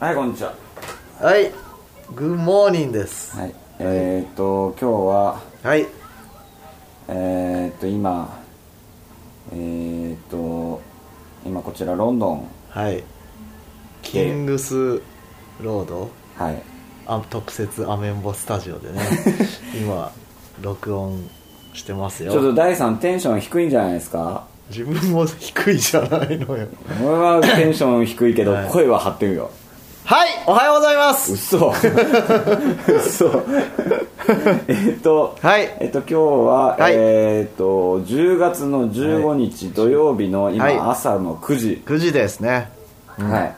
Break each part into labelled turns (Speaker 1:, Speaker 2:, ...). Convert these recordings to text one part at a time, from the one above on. Speaker 1: はいこんにちは
Speaker 2: はいグッモーニングです
Speaker 1: はいえー、っと今日は
Speaker 2: はい
Speaker 1: えー、っと今えー、っと今こちらロンドン
Speaker 2: はいキングスロード
Speaker 1: はい
Speaker 2: あ特設アメンボスタジオ でね今録音してます
Speaker 1: ちょっと
Speaker 2: よ
Speaker 1: 第3テンション低いんじゃないですか
Speaker 2: 自分も低いじゃないのよ
Speaker 1: 俺はテンション低いけど
Speaker 2: はい
Speaker 1: 声は張ってるよ、
Speaker 2: はいおはようございま す
Speaker 1: 嘘嘘えっと
Speaker 2: はい
Speaker 1: えっと今日は、
Speaker 2: はい
Speaker 1: えっと10月の15日土曜日の
Speaker 2: はい
Speaker 1: 今朝の9時
Speaker 2: 9時ですね
Speaker 1: は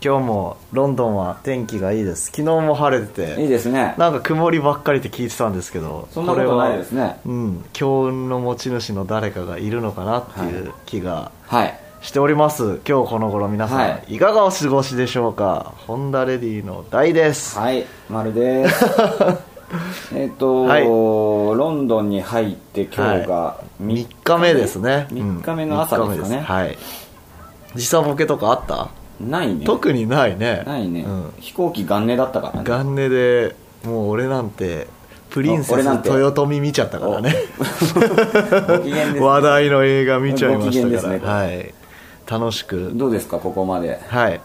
Speaker 2: 今日もロンドンは天気がいいです昨日も晴れて
Speaker 1: い、い
Speaker 2: て
Speaker 1: いですね
Speaker 2: なんか曇りばっかりって聞いてたんですけど
Speaker 1: そんなことないですね
Speaker 2: これはうん強運の持ち主の誰かがいるのかなっていう気が
Speaker 1: はい
Speaker 2: しております今日この頃皆さん、、
Speaker 1: はい
Speaker 2: かがお過ごしでしょうかホンダレディの大です
Speaker 1: はい、丸 です。えっと、
Speaker 2: はい
Speaker 1: ロンドンに入って今日が
Speaker 2: 3日目ですね
Speaker 1: 3日目の朝ですかね
Speaker 2: 3日目はい時差ボケとかあった、
Speaker 1: ないね。
Speaker 2: 特にないね
Speaker 1: ないね、
Speaker 2: うん、
Speaker 1: 飛行機元年だったからね。
Speaker 2: 元年でもう俺なんてプリンセ
Speaker 1: あ
Speaker 2: ス
Speaker 1: 俺なんて
Speaker 2: 豊臣見ちゃったからね
Speaker 1: ご機嫌です、
Speaker 2: 話題の映画見ちゃいま
Speaker 1: ご機嫌
Speaker 2: し
Speaker 1: で
Speaker 2: た
Speaker 1: す
Speaker 2: か
Speaker 1: ねこれ
Speaker 2: ら、はい楽しく
Speaker 1: どうですか、ここまで。
Speaker 2: はい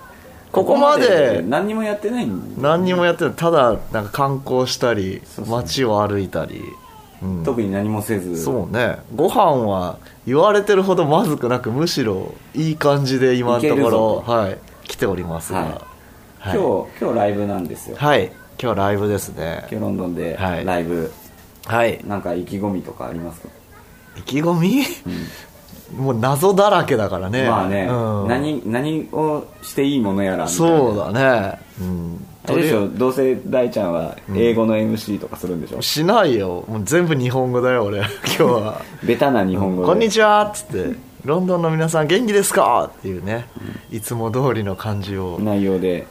Speaker 2: ここまで
Speaker 1: 何にもやってないんで、
Speaker 2: 何にもやってないただなんか観光したり
Speaker 1: そうそう
Speaker 2: 街を歩いたり、うん、
Speaker 1: 特に何もせず。
Speaker 2: そうねご飯は言われてるほどまずくなくむしろいい感じで今のと
Speaker 1: いけ
Speaker 2: こ
Speaker 1: る
Speaker 2: ろ
Speaker 1: ぞ、
Speaker 2: はい、来ておりますが、
Speaker 1: は
Speaker 2: はい
Speaker 1: 今日、今日ライブなんですよ。
Speaker 2: はい今日ライブです
Speaker 1: 今日
Speaker 2: ね
Speaker 1: ロンドンで
Speaker 2: はい
Speaker 1: ライブ、
Speaker 2: はい
Speaker 1: なんか意気込みとかありますか、
Speaker 2: 意気込みもう謎だらけだからね
Speaker 1: まあね、
Speaker 2: うん
Speaker 1: 何、何をしていいものやらみたいな。
Speaker 2: そうだねうん
Speaker 1: あれでしょどうせ大ちゃんは英語の MC とかするんでしょ、
Speaker 2: しないよもう全部日本語だよ俺 今日は
Speaker 1: ベタな日本語で、
Speaker 2: こんにちはっつって「ロンドンの皆さん元気ですか?」っていうねいつも通りの感じを
Speaker 1: 内容で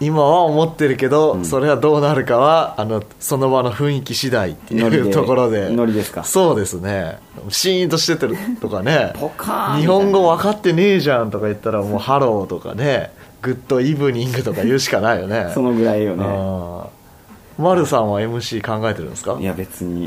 Speaker 2: 今は思ってるけど、それはどうなるかはあのその場の雰囲気次第って
Speaker 1: ノリ
Speaker 2: い
Speaker 1: で
Speaker 2: うところで
Speaker 1: ノリですか
Speaker 2: そうですねシーンとしててるとかね
Speaker 1: ポカーン
Speaker 2: 日本語分かってねえじゃんとか言ったらもう「ハロー」とかね「グッドイブニング」とか言うしかないよね
Speaker 1: そのぐらいよね
Speaker 2: うん丸さんは MC 考えてるんですか
Speaker 1: いや別に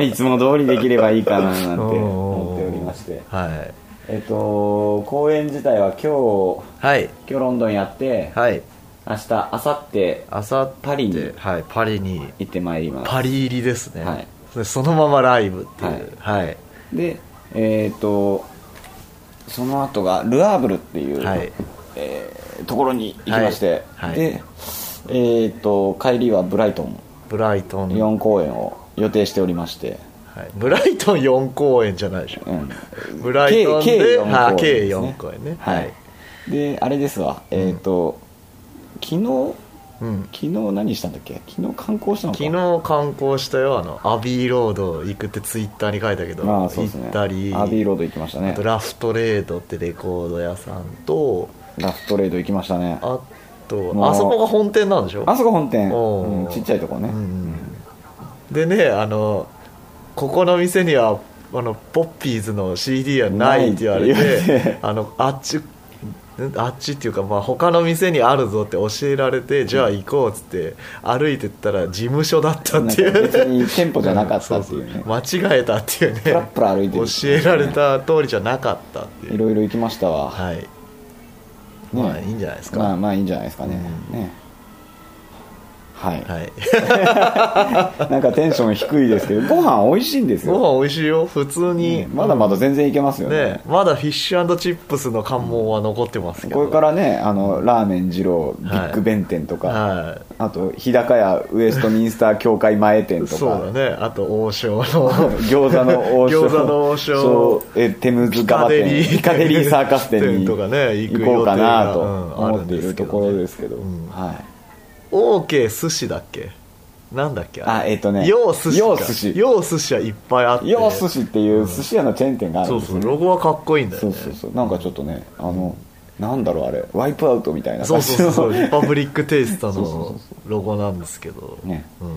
Speaker 1: いつも通りできればいいかななんて思っておりまして
Speaker 2: はい
Speaker 1: えっと公演自体は今日
Speaker 2: はい
Speaker 1: 今日ロンドンやって
Speaker 2: はい
Speaker 1: 明日明後日
Speaker 2: あさって
Speaker 1: パリに
Speaker 2: はい、パリに
Speaker 1: 行ってまいります
Speaker 2: パリ入りですね、
Speaker 1: はい
Speaker 2: でそのままライブっていうはい
Speaker 1: でえっとその後がルアーブルっていう、
Speaker 2: はい
Speaker 1: えーところに行きまして、
Speaker 2: はいはい
Speaker 1: でえっと帰りはブライトン
Speaker 2: ブライトン、
Speaker 1: 4公演を予定しておりまして、
Speaker 2: はい、ブライトン4公演じゃないでしょ
Speaker 1: うん、
Speaker 2: ブライトン
Speaker 1: 計計
Speaker 2: で
Speaker 1: 四公演
Speaker 2: あ計
Speaker 1: ですね
Speaker 2: 4公演ね
Speaker 1: はい、であれですわえっ、と、昨日
Speaker 2: うん、
Speaker 1: 昨日何したんだっけ昨日観光したのか
Speaker 2: 昨日観光したよあのアビーロード行くってツイッターに書いたけど
Speaker 1: ああそうですね
Speaker 2: 行ったり
Speaker 1: アビーロード行きましたね
Speaker 2: あとラフトレードってレコード屋さんと
Speaker 1: ラフトレード行きましたねあ
Speaker 2: あと
Speaker 1: もう
Speaker 2: あそこが本店なんでしょ
Speaker 1: そこ本店、
Speaker 2: お
Speaker 1: う
Speaker 2: ー
Speaker 1: んちっちゃいとこね、
Speaker 2: うんうんでねあのここの店にはあのポッピーズの CD はないって言われ
Speaker 1: ないって言われ
Speaker 2: て
Speaker 1: て
Speaker 2: あのあっちんあっちっていうか、まあ、他の店にあるぞって教えられてじゃあ行こうっつって歩いてったら事務所だったってい
Speaker 1: なんか別
Speaker 2: う
Speaker 1: に店舗じゃなかったっていうね
Speaker 2: そうそう間違えたっていうね
Speaker 1: プラプラ歩いてる
Speaker 2: 教えられた通りじゃなかったってい
Speaker 1: いうろいろ行きましたわ、
Speaker 2: はい、まあいいんじゃないですか、
Speaker 1: まあまあいいんじゃないですかね,、
Speaker 2: う
Speaker 1: ねはい、
Speaker 2: はい
Speaker 1: なんかテンション低いですけどご飯美味しいんですよ
Speaker 2: ご飯美味しいよ普通に、
Speaker 1: まだまだ全然いけますよね
Speaker 2: ね、まだフィッシュチップスの関門は残ってますけど
Speaker 1: これからねあのラーメン二郎ビ
Speaker 2: はい
Speaker 1: ッグ弁店とか、
Speaker 2: は
Speaker 1: あと日高屋ウエストミンスター協会前店
Speaker 2: い、
Speaker 1: と
Speaker 2: そうだ
Speaker 1: か、
Speaker 2: ねあと王将の
Speaker 1: 餃子の王将
Speaker 2: 餃子の王将
Speaker 1: そうえテムズ川店
Speaker 2: ピ
Speaker 1: ピ
Speaker 2: カ
Speaker 1: カ
Speaker 2: デ
Speaker 1: デ
Speaker 2: リー
Speaker 1: リーサーカス店に
Speaker 2: とかね行く
Speaker 1: 行こうかなと
Speaker 2: 予定がうんあ
Speaker 1: 思
Speaker 2: る
Speaker 1: っ
Speaker 2: ん
Speaker 1: てい
Speaker 2: です
Speaker 1: る
Speaker 2: け
Speaker 1: と
Speaker 2: どね
Speaker 1: ころですけど、
Speaker 2: うん
Speaker 1: はい
Speaker 2: オーケー寿司だっけなんだっけ
Speaker 1: あえっとね
Speaker 2: 洋寿司
Speaker 1: 洋寿司
Speaker 2: 洋寿司はいっぱいあって
Speaker 1: 洋寿司っていう寿司屋のチェーン店がある
Speaker 2: そ
Speaker 1: ん
Speaker 2: う
Speaker 1: です
Speaker 2: そ
Speaker 1: よ
Speaker 2: うロゴはかっこいいんだよ
Speaker 1: そ
Speaker 2: ね
Speaker 1: うそうそうなんかちょっとねあのなんだろうあれワイプアウトみたいな
Speaker 2: そ
Speaker 1: 感
Speaker 2: う
Speaker 1: じ
Speaker 2: そ
Speaker 1: の
Speaker 2: うそうリパブリックテイスト
Speaker 1: そうそうそう
Speaker 2: のロゴなんですけど
Speaker 1: ね
Speaker 2: うん、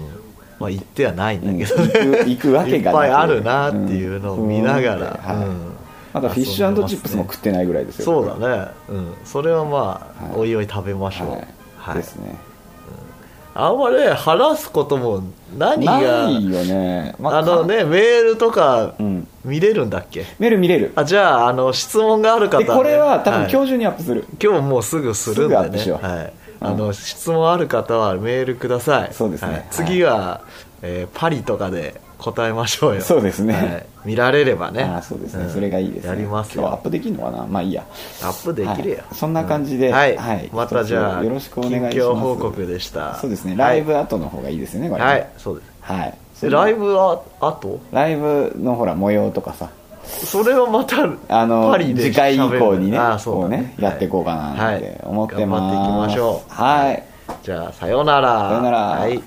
Speaker 2: まあ行ってはないんだけどね
Speaker 1: 行く行くわけが
Speaker 2: いっぱいあるなっていうのを見ながら、
Speaker 1: うん
Speaker 2: うん
Speaker 1: まだフィッシュチップスも食ってないぐらいですよ
Speaker 2: そう
Speaker 1: ね
Speaker 2: だねうんそれはまあ、
Speaker 1: はい
Speaker 2: おいおい食べましょう
Speaker 1: はい、
Speaker 2: はい、
Speaker 1: ですね
Speaker 2: あんまね話すことも何
Speaker 1: な
Speaker 2: が
Speaker 1: いよね、ま
Speaker 2: あのねメールとか
Speaker 1: うん
Speaker 2: 見れるんだっけ、
Speaker 1: メール見れる
Speaker 2: あじゃああの質問がある方、
Speaker 1: で
Speaker 2: ね、
Speaker 1: これは多分
Speaker 2: い
Speaker 1: 今日中にアップする、
Speaker 2: 今日もうすぐするんです
Speaker 1: ぐアップし
Speaker 2: ね、
Speaker 1: よう
Speaker 2: はい、
Speaker 1: うん
Speaker 2: あの質問ある方はメールください
Speaker 1: そうですね
Speaker 2: はい
Speaker 1: はい
Speaker 2: 次は、えーパリとかで答えましょうよ
Speaker 1: そうですね
Speaker 2: はい見られればね
Speaker 1: ああそうですね、
Speaker 2: ん
Speaker 1: それがいいですね
Speaker 2: やります
Speaker 1: 今日はアッ
Speaker 2: よ
Speaker 1: プできるのかなまあいいや
Speaker 2: アップできるよ、
Speaker 1: はいそんな感じで
Speaker 2: うんはい、
Speaker 1: はい
Speaker 2: またじゃあ
Speaker 1: よろしくお願いします
Speaker 2: 近況報告でした
Speaker 1: そうですね
Speaker 2: は
Speaker 1: ラ
Speaker 2: い
Speaker 1: イブ後の方がいいですねこれね
Speaker 2: はいそうです
Speaker 1: はい
Speaker 2: えライブはあと
Speaker 1: ライブのほら模様とかさ
Speaker 2: それはまた
Speaker 1: あの
Speaker 2: パリで
Speaker 1: 次回以降にね
Speaker 2: ああそう
Speaker 1: こ
Speaker 2: だ
Speaker 1: うねやっていこうかなっ
Speaker 2: は
Speaker 1: て
Speaker 2: い
Speaker 1: 思ってます
Speaker 2: 頑張っていきましょう
Speaker 1: はい
Speaker 2: じゃあさようなら
Speaker 1: さようなら
Speaker 2: はい